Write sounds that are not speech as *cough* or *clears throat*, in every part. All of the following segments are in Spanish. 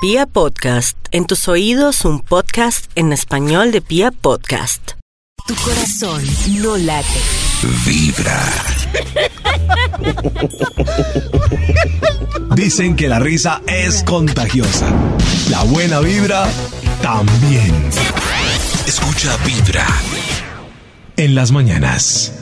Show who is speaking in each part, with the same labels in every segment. Speaker 1: Pia Podcast, en tus oídos un podcast en español de Pia Podcast.
Speaker 2: Tu corazón no late,
Speaker 3: Dicen que la risa es contagiosa. La buena vibra también. Escucha Vibra en las mañanas.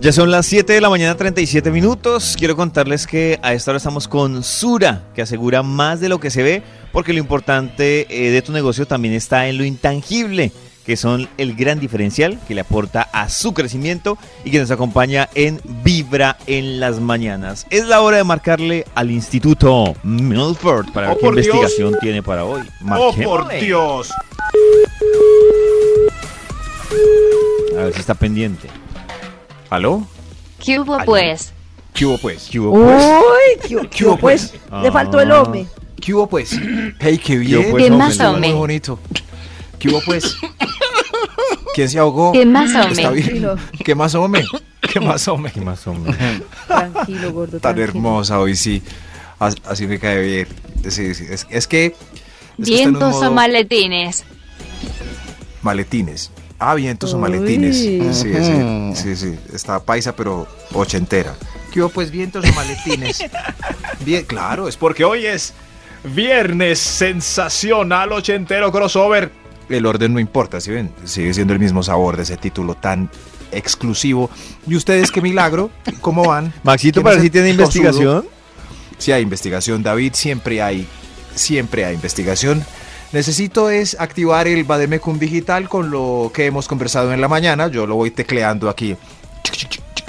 Speaker 4: Ya son las 7 de la mañana 37 minutos. Quiero contarles que a esta hora estamos con Sura, que asegura más de lo que se ve, porque lo importante eh, de tu negocio también está en lo intangible, que son el gran diferencial que le aporta a su crecimiento y que nos acompaña en Vibra en las mañanas. Es la hora de marcarle al Instituto Milford para ver
Speaker 5: ¡Oh,
Speaker 4: qué
Speaker 5: por Dios!
Speaker 4: investigación tiene para hoy.
Speaker 5: ¡Oh, por
Speaker 4: Marquémosle.
Speaker 5: Dios!
Speaker 4: A ver si está pendiente. ¿Aló?
Speaker 6: ¿Qué hubo, pues?
Speaker 5: ¿Qué hubo, pues?
Speaker 4: ¿Qué hubo, pues?
Speaker 7: Uy, ¿qué, qué hubo, pues?
Speaker 4: Ah.
Speaker 7: Le faltó el hombre.
Speaker 8: ¿Qué hubo pues? Hey, qué bien.
Speaker 4: hubo, pues,
Speaker 6: ¿Qué
Speaker 4: no,
Speaker 6: más,
Speaker 4: pero-
Speaker 8: Estuvo muy
Speaker 6: hombre?
Speaker 8: bonito. ¿Qué hubo pues? ¿Quién se ahogó?
Speaker 6: ¿Qué más,
Speaker 8: Oh. Mm, Está
Speaker 6: hombre?
Speaker 8: bien. ¿Qué más hombre?
Speaker 6: *clears throat*
Speaker 8: ¿Qué más hombre?
Speaker 4: ¿Qué más, hombre?
Speaker 7: Tranquilo, gordo.
Speaker 8: Tan
Speaker 7: tranquilo.
Speaker 8: hermosa hoy sí. As- Así me cae bien. Sí, sí, Es, es que. es que está en un
Speaker 6: Vientos o
Speaker 8: modo-
Speaker 6: maletines.
Speaker 8: Maletines. Ah, vientos o maletines.
Speaker 7: Uy.
Speaker 8: Sí, sí, sí, sí. Está paisa, pero ochentera. ¿Qué hubo pues? Vientos o
Speaker 4: *laughs*
Speaker 8: maletines. Bien, claro, es
Speaker 5: Porque
Speaker 8: porque
Speaker 5: hoy es Viernes Sensacional Ochentero Crossover.
Speaker 8: el orden no importa, ¿sí ven? Sigue siendo el mismo sabor de ese título tan exclusivo. ¿Y ustedes qué milagro? ¿Cómo van?
Speaker 4: *laughs* Maxito,
Speaker 8: ¿Quién
Speaker 4: para
Speaker 8: es
Speaker 4: si
Speaker 8: el
Speaker 4: tiene
Speaker 8: tosudo?
Speaker 4: investigación.
Speaker 8: Si hay investigación, David, siempre hay, siempre hay investigación. Necesito es activar el Bademecum digital con lo que hemos conversado en la mañana. Yo lo voy tecleando aquí.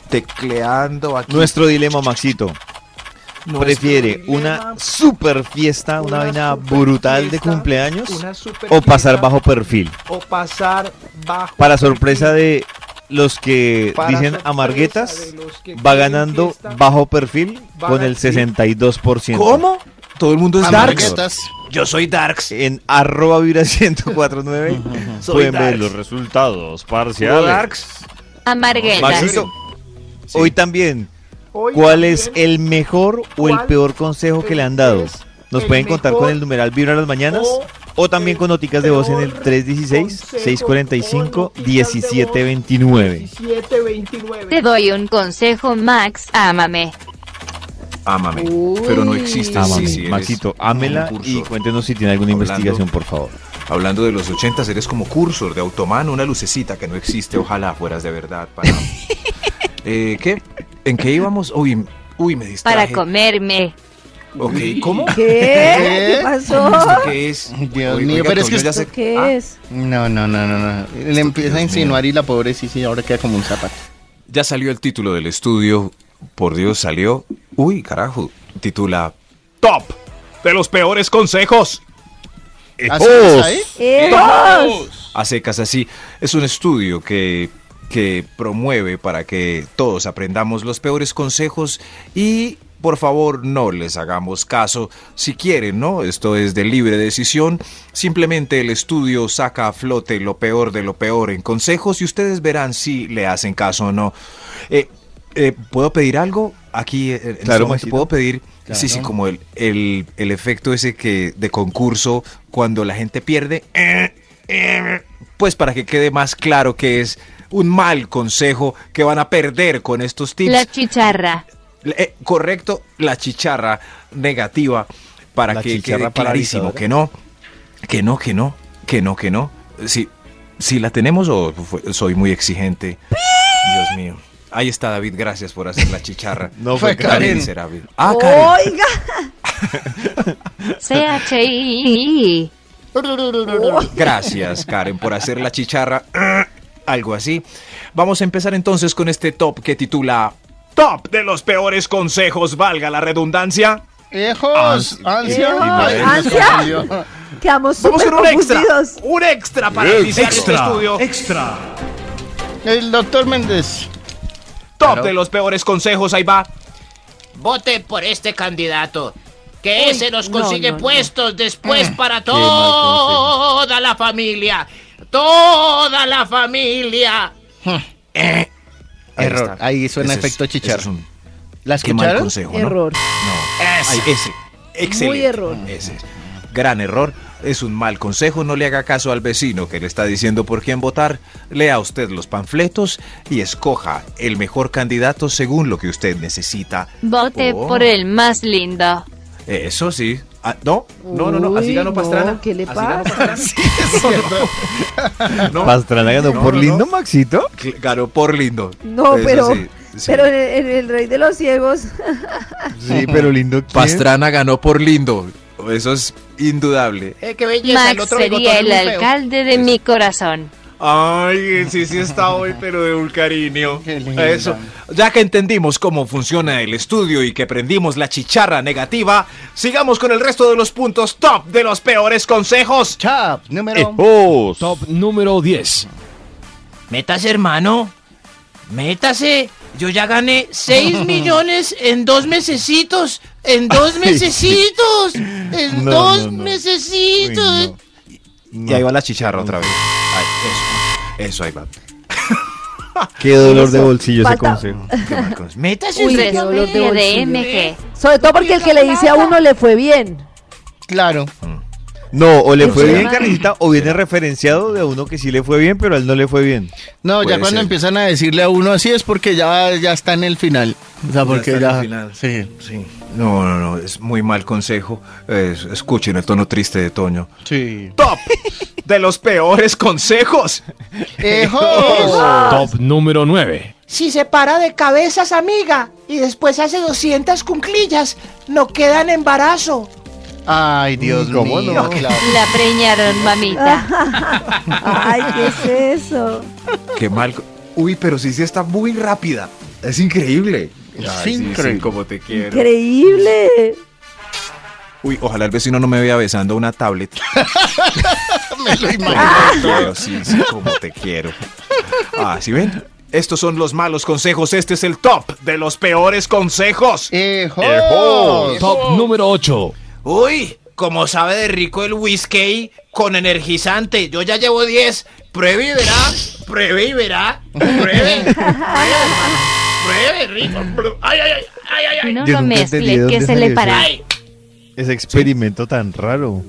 Speaker 8: Tecleando aquí.
Speaker 4: Nuestro dilema, Maxito.
Speaker 8: Nuestro
Speaker 4: ¿Prefiere
Speaker 8: dilema,
Speaker 4: una super fiesta, una, vaina
Speaker 8: super
Speaker 4: brutal de
Speaker 8: fiesta,
Speaker 4: cumpleaños
Speaker 8: una super
Speaker 4: o pasar
Speaker 8: fiesta,
Speaker 4: bajo perfil?
Speaker 8: o pasar bajo
Speaker 4: Para sorpresa de los que
Speaker 8: Para
Speaker 4: dicen
Speaker 8: sorpresa
Speaker 4: amarguetas,
Speaker 8: de los que
Speaker 4: va
Speaker 8: quieren
Speaker 4: ganando
Speaker 8: fiesta,
Speaker 4: bajo perfil
Speaker 8: va
Speaker 4: con el
Speaker 8: ganando-
Speaker 4: 62%.
Speaker 8: ¿Cómo? Todo el mundo es darks.
Speaker 5: Yo soy Darks.
Speaker 4: En arroba vibra
Speaker 8: *laughs*
Speaker 4: 1049 pueden ver los resultados
Speaker 5: Yo
Speaker 4: parciales.
Speaker 5: Darks.
Speaker 6: Amarguetas.
Speaker 4: Maxito, hoy también ¿Cuál es el mejor o el
Speaker 8: ¿Cuál
Speaker 4: peor consejo que le han dado?
Speaker 8: es
Speaker 4: Nos
Speaker 8: el
Speaker 4: pueden contar
Speaker 8: mejor
Speaker 4: con el numeral Vibra en las mañanas
Speaker 8: o
Speaker 4: o también con noticas de voz en el
Speaker 8: peor
Speaker 4: 316-645-1729.
Speaker 8: 729.
Speaker 6: Te doy un consejo, Max. Ámame.
Speaker 8: Ámame.
Speaker 7: Uy.
Speaker 8: Pero no existe.
Speaker 4: Ah, mami,
Speaker 8: sí, sí, eres
Speaker 4: Maxito,
Speaker 8: como un
Speaker 4: ámela y
Speaker 8: cursor.
Speaker 4: cuéntenos si tiene alguna
Speaker 8: Hablando.
Speaker 4: investigación, por favor.
Speaker 8: Hablando de los ochentas, eres como cursor de automán, una lucecita que no existe. Ojalá fueras de verdad. Para... Eh, ¿Qué? ¿En qué íbamos? Uy, uy me
Speaker 6: Para
Speaker 8: distraje.
Speaker 6: comerme.
Speaker 8: Ok, ¿cómo?
Speaker 7: ¿Qué? ¿Qué
Speaker 8: ¿Esto
Speaker 7: pasó?
Speaker 8: qué es?
Speaker 9: *laughs* Dios
Speaker 8: Oiga,
Speaker 9: mío,
Speaker 8: oiga,
Speaker 9: pero es que
Speaker 8: Toño ya
Speaker 9: esto-
Speaker 8: se-
Speaker 7: ¿Qué
Speaker 8: Ah,
Speaker 7: es?
Speaker 9: No, no, no, no, no. Le empieza a insinuar y la pobre sí, sí, ahora queda como un zapato.
Speaker 8: Ya salió el título del estudio. Por Dios, salió. Uy, carajo. Titula
Speaker 5: Top de los peores consejos.
Speaker 9: ¿Así es ¿Ah, ahí?
Speaker 7: ¡Eh, vos!
Speaker 8: a secas así. Es un estudio que, que promueve para que todos aprendamos los peores consejos y por favor no les hagamos caso si quieren, ¿no? Esto es de libre decisión. Simplemente el estudio saca a flote lo peor de lo peor en consejos y ustedes verán si le hacen caso o no. Eh, eh, ¿Puedo pedir algo? Aquí, eh, en este
Speaker 4: Claro,
Speaker 8: momento,
Speaker 4: Maxito.
Speaker 8: ¿puedo pedir? Sí, sí,
Speaker 9: Claro.
Speaker 8: como el, el, el efecto ese que de concurso cuando la gente pierde, eh, eh, pues para que quede más claro que es un mal consejo que van a perder con estos tips.
Speaker 6: La
Speaker 8: *laughs*
Speaker 6: chicharra.
Speaker 8: Eh, correcto, la chicharra negativa para
Speaker 4: La
Speaker 8: que
Speaker 4: chicharra
Speaker 8: quede clarísimo
Speaker 4: paralizadora.
Speaker 8: que no, que no, que no, que no, que no. Si, si la tenemos o fue- soy muy exigente. Dios mío. Ahí está David, gracias por hacer la chicharra.
Speaker 4: *laughs* No
Speaker 9: fue Karen.
Speaker 8: Karen será, David. Ah, Karen.
Speaker 7: ¡Oiga!
Speaker 6: CHI.
Speaker 8: Gracias, Karen, por hacer la chicharra. *clears throat* Algo así. Vamos a empezar entonces con este top que titula
Speaker 5: Top de los peores consejos, valga la redundancia.
Speaker 9: ¡Ejos! ¡Ansia!
Speaker 7: ¡Ejos!
Speaker 9: Ay, nos
Speaker 7: ¡Ansia!
Speaker 9: confundió.
Speaker 7: Quedamos
Speaker 5: Vamos
Speaker 7: súper
Speaker 5: con un extra.
Speaker 7: confundidos.
Speaker 5: Un extra para iniciar este estudio.
Speaker 9: El doctor Méndez.
Speaker 5: Top
Speaker 9: Claro.
Speaker 5: de los peores consejos, ahí va.
Speaker 10: Voten por este candidato. Que
Speaker 7: Uy,
Speaker 10: ese nos
Speaker 7: no,
Speaker 10: consigue pues?
Speaker 7: no,
Speaker 10: puestos
Speaker 7: no.
Speaker 9: Mm.
Speaker 10: después para
Speaker 9: mal consejo.
Speaker 10: toda la familia. Toda la familia.
Speaker 8: Ahí
Speaker 9: Mm. Error.
Speaker 8: está.
Speaker 9: Ahí suena
Speaker 8: Ese es-
Speaker 9: efecto chicharra.
Speaker 8: ese es un-
Speaker 9: ¿La
Speaker 8: Qué mal
Speaker 9: escucharon?
Speaker 8: consejo, ¿no?
Speaker 7: Error.
Speaker 8: No. Ay, ese. Excelente.
Speaker 7: error.
Speaker 8: Ese. Gran error. Es un mal consejo. No le haga caso al vecino que le está diciendo por quién votar. Lea usted los panfletos y escoja el mejor candidato según lo que usted necesita.
Speaker 6: Vote
Speaker 8: Oh.
Speaker 6: por el más lindo.
Speaker 8: Eso sí. Ah, no, no, no, no. Así
Speaker 7: Uy,
Speaker 8: ganó Pastrana.
Speaker 7: no, ¿Qué le
Speaker 8: Así ganó
Speaker 7: pasa?
Speaker 8: No,
Speaker 4: Pastrana ganó
Speaker 8: No,
Speaker 4: por
Speaker 8: no,
Speaker 4: lindo,
Speaker 8: no.
Speaker 4: Maxito.
Speaker 8: Cl- Ganó por lindo.
Speaker 7: No,
Speaker 8: Eso
Speaker 7: pero,
Speaker 8: sí, sí.
Speaker 7: pero en, el, en el Rey de los Ciegos. *laughs*
Speaker 4: Sí, pero lindo. ¿quién?
Speaker 8: Pastrana ganó por lindo. Eso es indudable.
Speaker 10: Eh, qué belleza, el
Speaker 6: Max
Speaker 10: otro
Speaker 6: sería
Speaker 10: bigotón
Speaker 6: el
Speaker 10: es muy feo.
Speaker 6: alcalde de mi corazón.
Speaker 8: Ay, sí, sí está hoy, pero de un cariño.
Speaker 9: Qué lindo.
Speaker 8: Eso. Ya que entendimos cómo funciona el estudio y que prendimos la chicharra negativa, sigamos con el resto de los puntos top de los peores consejos.
Speaker 9: Chap, número.
Speaker 3: Top número 10.
Speaker 10: Métase, hermano. Métase. Eh, Yo ya gané
Speaker 4: *laughs*
Speaker 10: 6 millones en dos mesecitos. En dos
Speaker 9: *laughs*
Speaker 10: mesecitos. En
Speaker 4: No,
Speaker 10: dos
Speaker 4: no, no. Uy,
Speaker 10: mesecitos.
Speaker 4: no.
Speaker 8: Y ahí va la chicharra otra vez. Ay, eso. Eso ahí va.
Speaker 4: Qué dolor de bolsillo ese
Speaker 7: Falta-
Speaker 4: consejo.
Speaker 8: Qué mal consejo. *laughs*
Speaker 10: Métase.
Speaker 7: Uy, qué dolor de
Speaker 6: Resumen de
Speaker 7: bolsillo.
Speaker 6: MG.
Speaker 7: Sobre todo porque el que le dice a uno le
Speaker 8: *laughs*
Speaker 7: fue bien.
Speaker 9: Claro.
Speaker 4: No, o le
Speaker 7: Eso
Speaker 4: fue
Speaker 7: se
Speaker 4: bien,
Speaker 7: llama-
Speaker 4: Carlita, o viene referenciado de uno que sí le fue bien, pero a él no le fue bien.
Speaker 9: No,
Speaker 8: Puede
Speaker 9: ya cuando
Speaker 8: ser.
Speaker 9: empiezan a decirle a uno así es porque ya, ya está en el final. O sea, porque ya.
Speaker 8: está en el final.
Speaker 9: Sí,
Speaker 8: Sí. No, no, no. Es muy mal consejo. Es- escuchen el tono triste de Toño.
Speaker 9: sí.
Speaker 5: Top de los peores consejos.
Speaker 9: *laughs* ¡Ejo!
Speaker 7: Ah.
Speaker 3: Top número 9.
Speaker 11: Si se para de cabezas, amiga, y después hace 200 cunclillas, no queda en embarazo.
Speaker 9: Ay, Dios
Speaker 4: ¿Cómo
Speaker 9: mío.
Speaker 4: no?
Speaker 9: claro.
Speaker 6: La preñaron, mamita.
Speaker 7: Ay, ¿qué es eso?
Speaker 8: Qué mal. co- Uy, pero sí, sí está muy rápida. Es increíble.
Speaker 9: Es
Speaker 8: Ay, sí,
Speaker 9: increíble.
Speaker 8: sí, como te quiero.
Speaker 7: Increíble.
Speaker 8: Uy, ojalá el vecino no me vea besando una tablet.
Speaker 9: *laughs*
Speaker 8: *laughs*
Speaker 9: Me lo imagino.
Speaker 8: Pero sí, sí, como te quiero. Ah, ¿sí ven? Estos son los malos consejos. Este es el top de los peores consejos.
Speaker 9: ¡Ejo!
Speaker 7: Oh.
Speaker 3: Top número 8.
Speaker 10: Uy, como sabe de rico el whisky con energizante. Yo ya llevo 10. Pruebe y verá. Pruebe y verá. Pruebe.
Speaker 4: *laughs*
Speaker 10: Pruebe, pruebe rico. Ay, ay, ay, ay, ay, *laughs* ay.
Speaker 6: No
Speaker 4: Yo
Speaker 6: lo
Speaker 4: nunca entendí
Speaker 6: mezcle,
Speaker 4: dónde
Speaker 6: que se
Speaker 4: salió
Speaker 6: le
Speaker 4: eso.
Speaker 6: para.
Speaker 10: Ay,
Speaker 4: Ese experimento tan raro.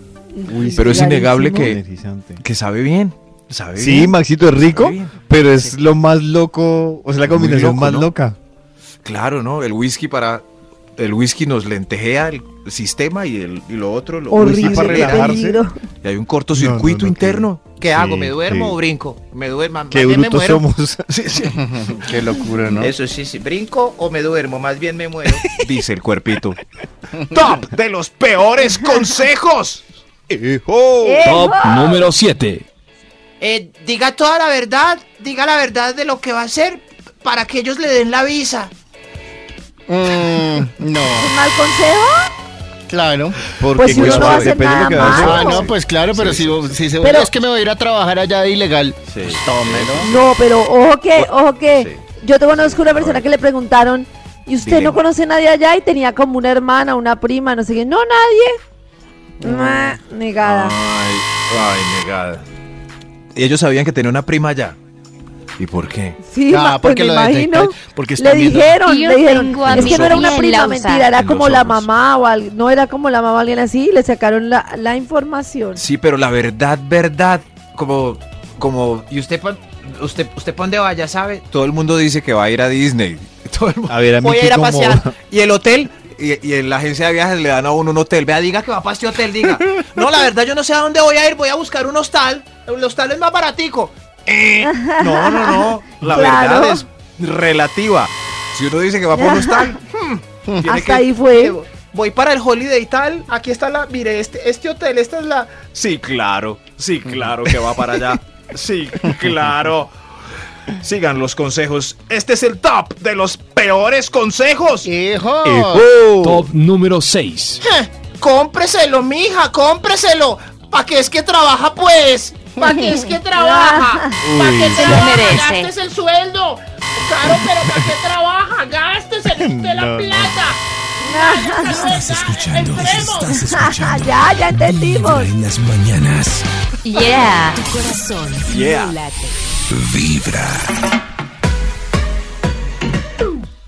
Speaker 4: Uy,
Speaker 8: Pero es
Speaker 4: sí.
Speaker 8: innegable que,
Speaker 4: Energizante.
Speaker 8: que sabe bien. Sabe
Speaker 4: Sí,
Speaker 8: bien.
Speaker 4: Maxito es rico,
Speaker 8: Muy bien.
Speaker 4: pero es lo más loco, o sea, la
Speaker 8: Muy
Speaker 4: combinación
Speaker 8: loco,
Speaker 4: más
Speaker 8: ¿no?
Speaker 4: loca.
Speaker 8: Claro, ¿no? El whisky para. El whisky nos lentejea el sistema y, el, y lo otro lo
Speaker 7: Horrible.
Speaker 8: whisky para
Speaker 7: qué
Speaker 8: relajarse.
Speaker 7: peligro.
Speaker 8: Y hay un cortocircuito
Speaker 4: No, no, no,
Speaker 8: interno.
Speaker 10: ¿Qué hago? ¿Me
Speaker 4: Sí,
Speaker 10: duermo
Speaker 4: sí.
Speaker 10: o brinco? Me duermo.
Speaker 4: Qué brutos
Speaker 10: *laughs*
Speaker 4: somos.
Speaker 8: Sí, sí.
Speaker 9: Qué locura, ¿no?
Speaker 10: Eso sí, sí. ¿Brinco o me duermo? Más bien me muero.
Speaker 8: *laughs* Dice el
Speaker 10: *laughs*
Speaker 8: cuerpito.
Speaker 5: Top de los peores consejos.
Speaker 4: ¡Oh! Eh,
Speaker 3: Top
Speaker 7: Ah.
Speaker 3: número 7.
Speaker 11: Eh, diga toda la verdad, diga la verdad de lo que va a hacer para que ellos le den la visa.
Speaker 9: Mm, no,
Speaker 7: ¿Un mal consejo?
Speaker 9: claro.
Speaker 4: Porque
Speaker 7: Pues si
Speaker 4: qué
Speaker 7: uno no
Speaker 4: suave,
Speaker 7: hace
Speaker 4: depende de lo
Speaker 7: nada
Speaker 4: que va a hacer.
Speaker 9: Ah,
Speaker 7: malo.
Speaker 9: no, pues claro, pero si, si se
Speaker 7: Pero-
Speaker 9: es que me voy a ir a trabajar allá de ilegal.
Speaker 8: Sí.
Speaker 9: Pues tómelo.
Speaker 7: No, pero ojo que, ojo que.
Speaker 8: Sí.
Speaker 7: Yo te conozco una persona que le preguntaron, ¿y usted
Speaker 8: Dilema.
Speaker 7: no conoce a nadie allá? Y tenía como una hermana, una prima, no sé qué. No, nadie.
Speaker 8: Mm.
Speaker 7: Mua, negada.
Speaker 8: *laughs* Ay, ay, negada. Y ellos sabían que tenía una prima allá. ¿Y por qué?
Speaker 7: Sí,
Speaker 9: Ah,
Speaker 7: ma- pues
Speaker 9: porque
Speaker 7: me
Speaker 9: lo
Speaker 7: imagino.
Speaker 9: detectan,
Speaker 7: le
Speaker 9: porque están viendo-
Speaker 7: dijeron,
Speaker 6: Yo
Speaker 7: le dijeron.
Speaker 6: tengo a
Speaker 7: Es
Speaker 8: mi
Speaker 7: que no era una
Speaker 6: tía en
Speaker 7: prima,
Speaker 6: Lausanne.
Speaker 7: mentira, era
Speaker 8: En los
Speaker 7: como la
Speaker 8: ojos.
Speaker 7: mamá o algo. No era como la mamá o alguien así, y le sacaron la, la información.
Speaker 8: Sí, pero la verdad, verdad, como, como
Speaker 10: ¿Y usted pa- usted, usted pa' dónde vaya, sabe?
Speaker 8: todo el mundo dice que va a ir a Disney. *laughs* Todo el mundo-
Speaker 4: A ver, a mí
Speaker 10: Voy a
Speaker 4: que
Speaker 10: ir a
Speaker 4: como-
Speaker 10: pasear.
Speaker 8: Y el hotel, y, y en la agencia de viajes le dan a uno un hotel. Vea,
Speaker 10: Vea, diga que va para este hotel, diga. No, la verdad, yo no sé a dónde voy a ir. Voy a buscar un hostal. El hostal es más baratico.
Speaker 8: No, no, no. La
Speaker 7: Claro.
Speaker 8: verdad es relativa. Si uno dice que va por un hostal, tiene
Speaker 7: Hasta
Speaker 8: que-
Speaker 7: ahí
Speaker 9: Eh,
Speaker 7: fue.
Speaker 10: Llevo. Voy para el Holiday tal. Aquí está la. Mire, este, este hotel, esta es la.
Speaker 5: Sí, claro. Sí, claro que va para allá. Sí, claro. Sigan los consejos. Este es el top de los peores consejos.
Speaker 9: ¡Ejo!
Speaker 7: Oh.
Speaker 3: Eh, oh. Top número 6.
Speaker 11: Cómpreselo, mija, cómpreselo. Pa' que es que trabaja, pues. Pa' que
Speaker 6: *laughs*
Speaker 11: es que trabaja. Pa' que
Speaker 6: se lo
Speaker 11: trabaja,
Speaker 6: merece.
Speaker 11: gastes el sueldo. Claro, pero pa' que trabaja, gastes
Speaker 9: *laughs*
Speaker 11: el- de la
Speaker 4: No, no.
Speaker 11: plata.
Speaker 3: Estás escuchando. Estás escuchando.
Speaker 7: *laughs* ya, ya entendimos.
Speaker 3: Vibra en las mañanas.
Speaker 6: Yeah.
Speaker 2: Tu corazón no late.
Speaker 3: Vibra.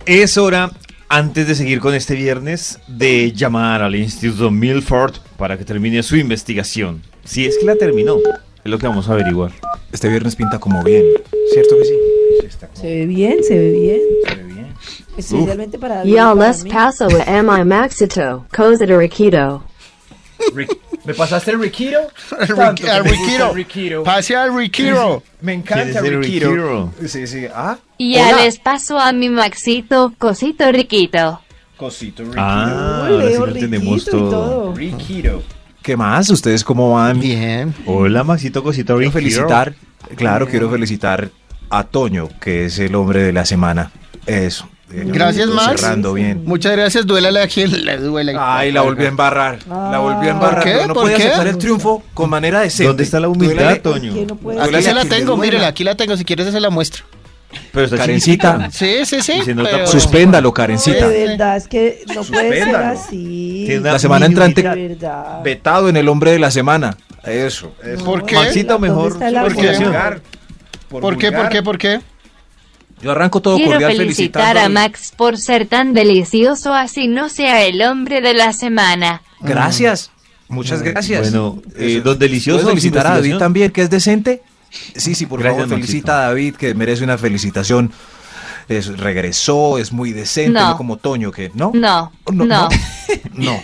Speaker 4: Es hora, antes de seguir con este viernes, de llamar al Instituto Milford para que termine su investigación. Si es que la terminó, es lo que vamos a averiguar.
Speaker 8: *laughs* Este viernes pinta como bien, ¿cierto que sí?
Speaker 7: Se ve bien, se ve bien. Especialmente para David.
Speaker 12: Y'all,
Speaker 7: para
Speaker 12: let's
Speaker 7: mí.
Speaker 12: paso a mi maxito, cosa de riquito.
Speaker 10: Rick- ¿Me pasaste el Riquiro?
Speaker 9: Rick-
Speaker 10: Tanto que
Speaker 9: al
Speaker 10: me gusta
Speaker 9: Riquiro.
Speaker 10: el Riquiro.
Speaker 9: Pase al Riquiro.
Speaker 10: Me encanta
Speaker 9: ¿Quién es el
Speaker 10: el Riquiro.
Speaker 9: Riquiro?
Speaker 10: Sí, sí. Ah,
Speaker 6: Y
Speaker 10: Hola.
Speaker 6: ya les paso a mi Maxito, cosito riquito.
Speaker 10: cosito Riquiro.
Speaker 4: Ah, ahora sí lo entendemos todo.
Speaker 10: Riquiro.
Speaker 8: ¿Qué más? ¿Ustedes cómo van?
Speaker 9: Bien.
Speaker 4: Hola, Maxito Cosito
Speaker 8: Quiero
Speaker 4: Riquiro.
Speaker 8: felicitar, claro, quiero felicitar a Toño, que es el hombre de la semana. Eso.
Speaker 9: Gracias, Max.
Speaker 8: Cerrando bien.
Speaker 9: Muchas gracias, duélale a quien le duele.
Speaker 8: Ay, la volví a embarrar. La volví a embarrar.
Speaker 9: Ah. ¿Por qué?
Speaker 8: No, no
Speaker 9: ¿Por
Speaker 8: podía
Speaker 9: qué?
Speaker 8: aceptar el triunfo con manera decente.
Speaker 4: ¿Dónde está la humildad,
Speaker 8: Duélale-
Speaker 4: Toño?
Speaker 8: duélale
Speaker 9: Aquí se
Speaker 8: a
Speaker 9: la
Speaker 8: quien le
Speaker 9: tengo,
Speaker 8: duela.
Speaker 9: mírela, aquí la tengo, si quieres se la muestro.
Speaker 4: Pero Pues está
Speaker 8: Karencita.
Speaker 4: chiquitita.
Speaker 9: Sí, sí, sí.
Speaker 4: Y se nota
Speaker 9: pero-
Speaker 4: por-
Speaker 8: Suspéndalo,
Speaker 7: De
Speaker 8: Karencita.
Speaker 7: verdad, es que no puede ser
Speaker 8: Suspéndalo.
Speaker 7: así.
Speaker 4: Tiene una
Speaker 8: La semana entrante,
Speaker 7: De verdad.
Speaker 8: vetado en el hombre de la semana. Eso. eso.
Speaker 9: ¿Por qué?
Speaker 4: Maxito,
Speaker 7: ¿Dónde
Speaker 4: mejor.
Speaker 7: está la
Speaker 4: su
Speaker 9: ¿Por qué?
Speaker 4: felicitación.
Speaker 9: ¿Por qué? ¿Por qué? ¿Por qué?
Speaker 8: Yo arranco todo
Speaker 6: Quiero
Speaker 8: cordial
Speaker 6: felicitar
Speaker 8: felicitando.
Speaker 6: a Max por ser tan delicioso así no sea el hombre de la semana.
Speaker 8: Gracias. Muchas
Speaker 4: Mm.
Speaker 8: gracias.
Speaker 4: Bueno, eh,
Speaker 8: Eso.
Speaker 4: don Delicioso.
Speaker 8: ¿Puedes felicitar a David
Speaker 4: investigación?
Speaker 8: también, que es decente? Sí, sí, por
Speaker 4: Gracias,
Speaker 8: favor,
Speaker 4: Maxito.
Speaker 8: felicita a David, que merece una felicitación. Es- regresó, es muy decente,
Speaker 6: No.
Speaker 8: no como Toño, que no.
Speaker 6: No,
Speaker 8: Oh, No,
Speaker 6: no.
Speaker 8: no. *laughs* No.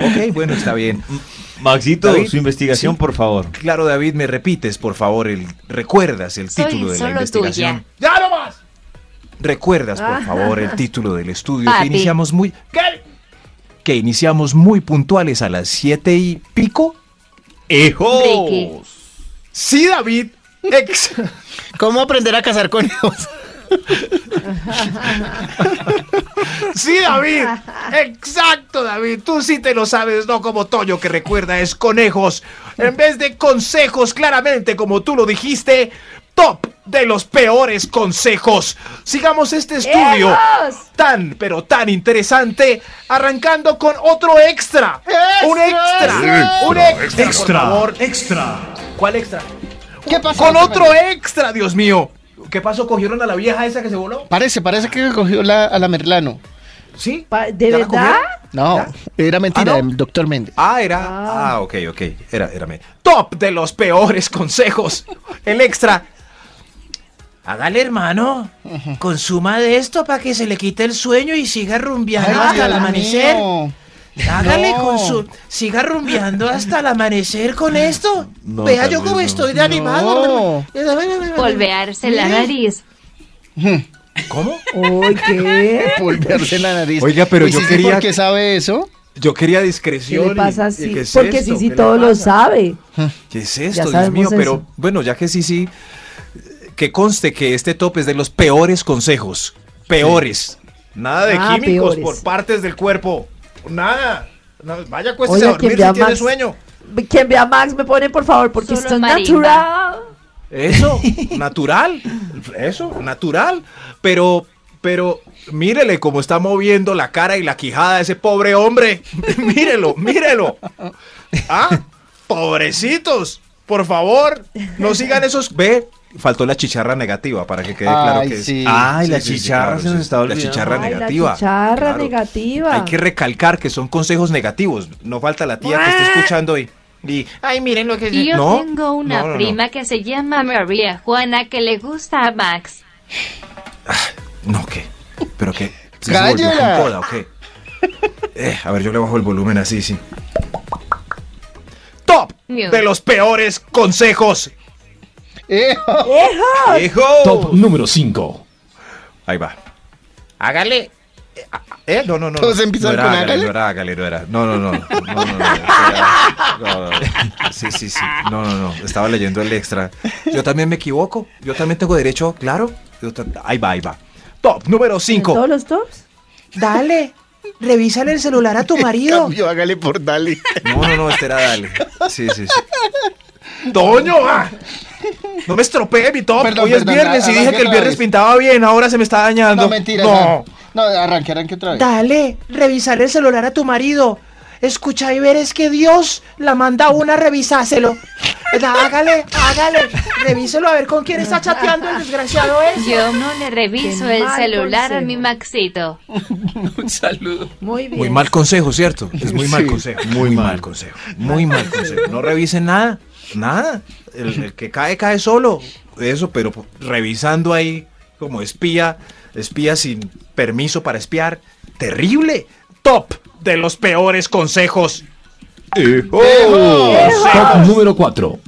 Speaker 8: Ok, bueno, está bien.
Speaker 4: Maxito,
Speaker 8: David,
Speaker 4: su investigación,
Speaker 8: sí.
Speaker 4: por favor.
Speaker 8: Claro, David, me repites, por favor, el, recuerdas el
Speaker 6: Soy
Speaker 8: título de la
Speaker 6: solo
Speaker 8: investigación.
Speaker 6: tuya. Ah.
Speaker 10: ¡Ya no más!
Speaker 8: Recuerdas, por
Speaker 6: *laughs*
Speaker 8: favor, el título del estudio que
Speaker 6: Papi.
Speaker 8: iniciamos muy
Speaker 10: ¿Qué?
Speaker 8: que iniciamos muy puntuales a las siete y pico.
Speaker 6: Ricky.
Speaker 4: ¡Ejos!
Speaker 10: Sí, David. Ex.
Speaker 9: ¿Cómo aprender a cazar conejos? *laughs*
Speaker 10: Sí, David. Exacto, David. Tú sí te lo sabes, no como Toño que recuerda es conejos. En vez de consejos, claramente, como tú lo dijiste, top de los peores consejos. Sigamos este estudio
Speaker 7: ¡Ejos!
Speaker 10: tan, pero tan interesante, arrancando con otro extra. Un extra. Un extra. Extra. Por favor.
Speaker 5: extra.
Speaker 10: ¿Cuál extra?
Speaker 9: ¿Qué pasó?
Speaker 10: Con otro extra, Dios mío. ¿Qué pasó? ¿Cogieron a la vieja esa que se voló?
Speaker 9: Parece, parece que cogió la, a la Merlano.
Speaker 10: ¿Sí?
Speaker 7: Pa- ¿De
Speaker 10: ¿Ya la
Speaker 7: verdad?
Speaker 10: comieron?
Speaker 9: No, era mentira,
Speaker 10: Ah,
Speaker 9: el doctor Méndez.
Speaker 8: Ah, era. Ah, ok, ok. Era, era. me-
Speaker 10: top de los peores *laughs* consejos. El extra. Hágale, hermano. Consuma de esto para que se le quite el sueño y siga rumbeando
Speaker 9: Ay,
Speaker 10: hasta el
Speaker 9: Dios
Speaker 10: amanecer.
Speaker 9: mío.
Speaker 10: Hágale
Speaker 9: No.
Speaker 10: con su. Siga rumbeando hasta el amanecer con esto.
Speaker 4: No,
Speaker 10: Vea
Speaker 4: tal
Speaker 10: yo
Speaker 4: vez
Speaker 10: cómo
Speaker 4: no.
Speaker 10: estoy de animado.
Speaker 6: Polvearse
Speaker 8: ¿Eh?
Speaker 6: la nariz.
Speaker 8: ¿Cómo?
Speaker 7: Uy, ¿qué?
Speaker 9: *laughs* Volverse la nariz.
Speaker 8: Oiga, pero
Speaker 9: Pues
Speaker 8: yo
Speaker 9: sí, sí,
Speaker 8: quería-
Speaker 9: ¿Por qué sabe eso? *laughs*
Speaker 8: Yo quería
Speaker 7: ¿Qué
Speaker 8: discreción.
Speaker 7: le pasa
Speaker 8: y- y
Speaker 7: así?
Speaker 8: ¿qué es
Speaker 7: Porque
Speaker 8: esto?
Speaker 7: sí, sí,
Speaker 8: ¿Qué le
Speaker 7: todo lo
Speaker 8: pasa?
Speaker 7: sabe.
Speaker 8: ¿Qué es
Speaker 7: Ya
Speaker 8: esto, Dios
Speaker 7: sabemos
Speaker 8: mío? Pero
Speaker 7: eso.
Speaker 8: bueno, ya que sí, sí, que conste que este top es de los peores consejos. Peores.
Speaker 10: Nada de
Speaker 7: Ah,
Speaker 10: químicos
Speaker 7: peores.
Speaker 10: por partes del cuerpo. Nada. No, vaya, cuéntese a
Speaker 7: Oiga, quien
Speaker 10: Pues dormir
Speaker 7: vea
Speaker 10: si
Speaker 7: a
Speaker 10: tiene
Speaker 7: Max.
Speaker 10: sueño.
Speaker 7: Quien vea a Max me pone, por favor, porque
Speaker 6: Solo
Speaker 7: esto es
Speaker 6: marimba.
Speaker 7: natural.
Speaker 8: *laughs* Eso, natural. Eso, natural. Pero, pero, mírele cómo está moviendo la cara y la quijada ese pobre hombre. *laughs*
Speaker 10: mírelo, mírelo. Ah, pobrecitos. Por favor, no sigan esos.
Speaker 8: Ve, faltó la chicharra negativa para que quede claro
Speaker 9: Ay,
Speaker 8: que es-
Speaker 9: sí.
Speaker 4: Ay, la
Speaker 8: sí, sí,
Speaker 4: chicharra
Speaker 8: claro,
Speaker 4: se
Speaker 8: sí,
Speaker 4: nos
Speaker 8: sí.
Speaker 4: estaba olvidando.
Speaker 8: La chicharra
Speaker 7: Ay, la
Speaker 8: negativa.
Speaker 7: chicharra
Speaker 8: claro.
Speaker 7: negativa.
Speaker 8: Hay que recalcar que son consejos negativos. No falta la tía que esté escuchando y. y
Speaker 11: Ay, miren lo que
Speaker 6: Y yo
Speaker 8: No,
Speaker 6: tengo una
Speaker 8: no, no, no.
Speaker 6: prima que se llama María Juana que le gusta a Max.
Speaker 8: no, ¿qué? ¿Pero qué? ¿Sí se
Speaker 9: ¡Cállela!
Speaker 8: volvió con coda o qué? Eh, a ver, yo le bajo el volumen así, sí.
Speaker 10: Top
Speaker 6: Dios.
Speaker 10: de los peores consejos.
Speaker 9: Eh,
Speaker 3: Top número 5.
Speaker 8: Ahí va.
Speaker 10: Hágale.
Speaker 8: ¿Eh? No, no, no.
Speaker 9: Todos
Speaker 8: no.
Speaker 9: empiezan
Speaker 8: no era
Speaker 9: con
Speaker 8: hágale,
Speaker 9: hágale.
Speaker 8: No era hágale, no era. No, no, no. No, no, no. Era- no, no, no. Sí, sí, sí. No, no, no. Estaba leyendo el extra. Yo también me equivoco. Yo también tengo derecho, claro. Yo ta- Ahí va, ahí va.
Speaker 10: Top número
Speaker 7: ¿En
Speaker 10: 5.
Speaker 7: todos los tops?
Speaker 10: Dale, revísale el celular a tu
Speaker 9: Cambio, hágale por dale.
Speaker 8: No, no, no, este era dale. Sí, sí, sí.
Speaker 10: Doño, ah. no me estropee mi top.
Speaker 9: Perdón,
Speaker 10: Hoy es
Speaker 9: perdón,
Speaker 10: viernes
Speaker 9: a-
Speaker 10: y dije
Speaker 9: arranque
Speaker 10: que el
Speaker 9: otra
Speaker 10: viernes
Speaker 9: vez.
Speaker 10: pintaba bien, ahora se me está dañando.
Speaker 9: No, mentira.
Speaker 10: No.
Speaker 9: No, no arranque, arranque otra vez.
Speaker 10: Dale, revisar el celular a tu marido.
Speaker 11: escucha y verás que Dios la manda a una a revisáselo. Hágale, hágale, revíselo a ver con quién está chateando el desgraciado este. ese.
Speaker 6: Yo no le reviso
Speaker 11: Qué
Speaker 6: el
Speaker 11: mal
Speaker 6: celular a
Speaker 11: consejo.
Speaker 6: mi Maxito.
Speaker 13: Un saludo.
Speaker 11: Muy
Speaker 8: Muy mal consejo, ¿cierto? Es muy mal
Speaker 13: Sí,
Speaker 8: consejo. Muy mal consejo. Muy mal consejo. No revisen nada. Nada. El, el que cae, cae solo. Eso, pero revisando ahí como espía, espía sin permiso para espiar. Terrible. Top de los peores consejos.
Speaker 3: Top número 4.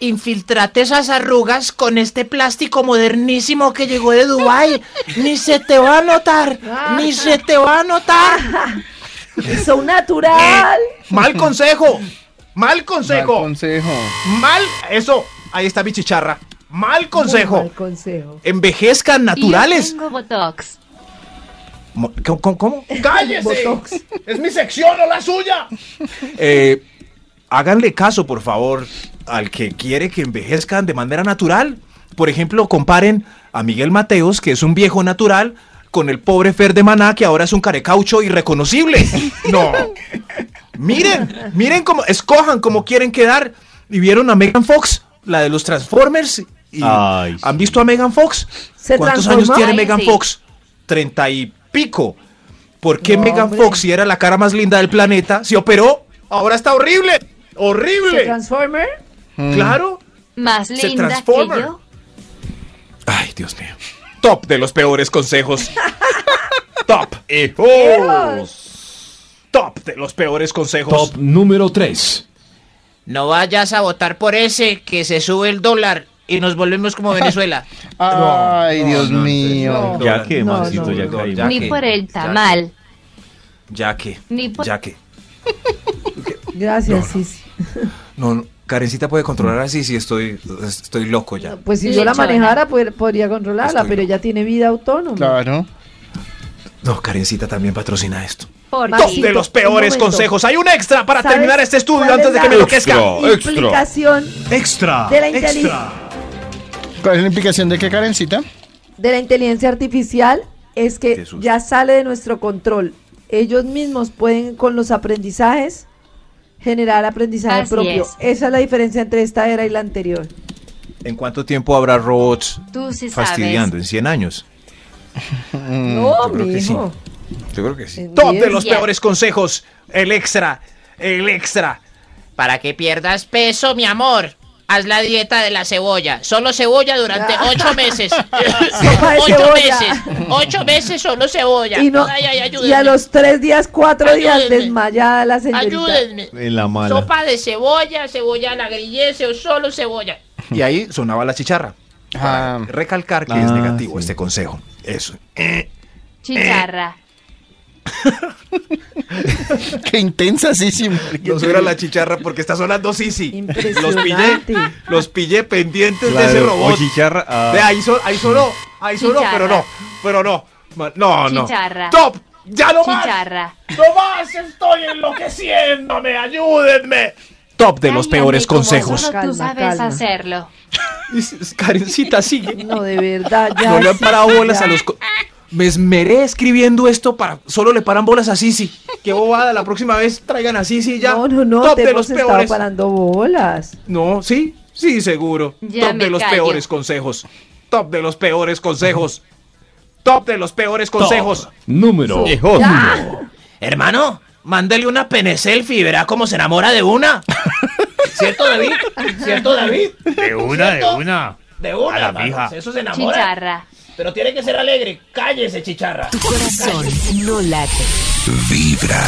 Speaker 11: Infiltrate esas arrugas con este plástico modernísimo que llegó de
Speaker 7: *laughs*
Speaker 11: Dubai. Ni se te va a notar, ni se te va a notar.
Speaker 7: Son natural.
Speaker 5: Mal consejo. Mal consejo. Mal
Speaker 9: consejo.
Speaker 5: Mal. Eso. Ahí está mi chicharra. Mal consejo.
Speaker 7: Mal consejo.
Speaker 8: Envejezcan naturales.
Speaker 6: Y yo tengo Botox.
Speaker 8: Mo- ¿Cómo? cómo- cómo?
Speaker 5: ¡Cállese! ¡Es mi sección, no la suya!
Speaker 8: Eh, háganle caso, por favor, al que quiere que envejezcan de manera natural. Por ejemplo, comparen a Miguel Mateos, que es un viejo natural, con el pobre Fer de Maná, que ahora es un carecaucho irreconocible. No. Miren, miren cómo, escojan cómo quieren quedar. Y vieron a Megan Fox, la de los Transformers. Y
Speaker 4: Ay,
Speaker 8: ¿Han visto a Megan Fox?
Speaker 7: ¿Se
Speaker 8: ¿Cuántos
Speaker 7: transformó?
Speaker 8: años tiene
Speaker 7: Ay,
Speaker 8: Megan
Speaker 7: sí.
Speaker 8: Fox? Treinta y pico. ¿Por qué Megan Fox, si era la cara más linda del planeta, se operó? Ahora está horrible.
Speaker 7: ¿Se
Speaker 8: Horrible.
Speaker 7: Transformer?
Speaker 8: Claro.
Speaker 6: Más
Speaker 8: Se
Speaker 6: linda que
Speaker 8: transforma.
Speaker 6: yo.
Speaker 8: Ay, Dios mío. Top de los peores consejos. Top. Oh.
Speaker 5: Top de los peores consejos.
Speaker 3: Top número 3.
Speaker 10: No vayas a votar por ese que se sube el dólar y nos volvemos como Venezuela.
Speaker 9: Ay, Dios mío.
Speaker 4: Ya que,
Speaker 9: No,
Speaker 4: Maxito,
Speaker 9: no,
Speaker 4: ya
Speaker 9: no,
Speaker 4: caímos.
Speaker 8: ya
Speaker 6: Ni
Speaker 8: que-
Speaker 6: por el
Speaker 8: ya
Speaker 6: tamal.
Speaker 8: Ya que.
Speaker 6: Ni por...
Speaker 8: Ya que.
Speaker 7: Gracias, Sisi.
Speaker 8: No, no. Karencita puede controlar así si estoy, estoy loco ya.
Speaker 7: Pues si yo la
Speaker 6: Lechona.
Speaker 7: manejara, pues, podría controlarla,
Speaker 8: Estoy
Speaker 7: pero ella tiene vida autónoma.
Speaker 9: Claro.
Speaker 8: No, Karencita también patrocina esto.
Speaker 6: por
Speaker 7: Maxito,
Speaker 5: Top de los
Speaker 7: un
Speaker 5: peores
Speaker 7: momento.
Speaker 5: consejos. Hay un extra para
Speaker 7: ¿Sabes
Speaker 5: terminar este estudio
Speaker 7: cuál
Speaker 5: antes
Speaker 7: es
Speaker 5: de
Speaker 7: la
Speaker 5: que me enloquezca.
Speaker 7: Implicación
Speaker 5: Extra.
Speaker 7: de la inteligencia.
Speaker 9: ¿Cuál es la implicación de que Karencita?
Speaker 7: de la inteligencia artificial es que
Speaker 8: Jesús.
Speaker 7: ya sale de nuestro control. Ellos mismos pueden con los aprendizajes generar aprendizaje
Speaker 6: Así
Speaker 7: propio.
Speaker 6: es.
Speaker 7: Esa es la diferencia entre esta era y la anterior.
Speaker 8: ¿En cuánto tiempo habrá robots
Speaker 6: Tú sí sabes.
Speaker 8: fastidiando? ¿En 100 años?
Speaker 7: no,
Speaker 8: Mm, yo creo que sí.
Speaker 7: *laughs* mijo.
Speaker 8: Yo creo que sí.
Speaker 7: En
Speaker 5: Top de
Speaker 7: diez.
Speaker 5: los
Speaker 6: Yes.
Speaker 5: peores consejos. El extra. El extra.
Speaker 10: Para que pierdas peso, mi amor. Haz la dieta de la cebolla. Solo cebolla durante
Speaker 11: *laughs*
Speaker 10: ocho meses.
Speaker 7: de
Speaker 10: ocho
Speaker 7: cebolla.
Speaker 10: meses. Ocho meses solo cebolla.
Speaker 7: Y, no-
Speaker 10: Ay, ay, ayúdenme.
Speaker 7: y a los tres días, cuatro días
Speaker 10: Ayúdenme.
Speaker 7: desmayada la señorita.
Speaker 10: Ayúdenme.
Speaker 4: En la mala.
Speaker 10: Sopa de cebolla, cebolla a la grillese o solo cebolla.
Speaker 8: Y ahí sonaba la chicharra.
Speaker 9: Ah,
Speaker 8: Recalcar que
Speaker 4: Ah,
Speaker 8: es negativo
Speaker 4: sí.
Speaker 8: este consejo. Eso.
Speaker 6: Chicharra.
Speaker 9: qué intensa, sí, sí.
Speaker 8: No suena la chicharra porque está sonando Sisi. Los pillé,
Speaker 7: Impresionante.
Speaker 8: los pillé pendientes
Speaker 4: Claro,
Speaker 8: de ese robot.
Speaker 4: o chicharra, ah.
Speaker 8: Ve, ahí, son, ahí sonó, ahí sonó,
Speaker 6: Chicharra.
Speaker 8: pero no, pero no. Ma- No, no.
Speaker 6: Chicharra.
Speaker 8: ¡Top! ¡Ya no más!
Speaker 6: Chicharra.
Speaker 5: ¡No más! ¡Estoy enloqueciéndome! ¡Ayúdenme!
Speaker 8: Top de los
Speaker 6: Cállate,
Speaker 8: peores
Speaker 6: como
Speaker 8: consejos.
Speaker 6: Solo
Speaker 7: Calma,
Speaker 6: tú sabes
Speaker 7: calma.
Speaker 6: hacerlo.
Speaker 8: Karencita sigue.
Speaker 7: No, de verdad, *laughs* ya.
Speaker 8: No le han
Speaker 7: sí,
Speaker 8: parado
Speaker 7: ya.
Speaker 8: bolas a los. co- Me esmeré escribiendo esto para. Solo le paran bolas a Sisi. Qué bobada, la próxima vez traigan a Sisi ya.
Speaker 7: No, no, no,
Speaker 8: Top
Speaker 7: te
Speaker 8: de
Speaker 7: hemos
Speaker 8: los
Speaker 7: estado
Speaker 8: peores.
Speaker 7: parando bolas.
Speaker 8: No, sí, sí, seguro.
Speaker 6: Ya
Speaker 8: Top
Speaker 6: me
Speaker 8: de los
Speaker 6: callo.
Speaker 8: peores consejos. Top de los peores consejos. Top de los peores consejos.
Speaker 3: Top número
Speaker 4: Viejos.
Speaker 10: Hermano, mándale una pene selfie y verá cómo se enamora de
Speaker 5: *laughs*
Speaker 10: una. ¿Cierto, David? ¿Cierto, David?
Speaker 5: De una, de una.
Speaker 10: De una.
Speaker 5: A la
Speaker 10: mano,
Speaker 5: mija.
Speaker 10: Eso se enamora.
Speaker 6: Chicharra.
Speaker 10: Pero tiene que ser alegre. Cállese, chicharra.
Speaker 2: Tu corazón no late.
Speaker 14: Vibra.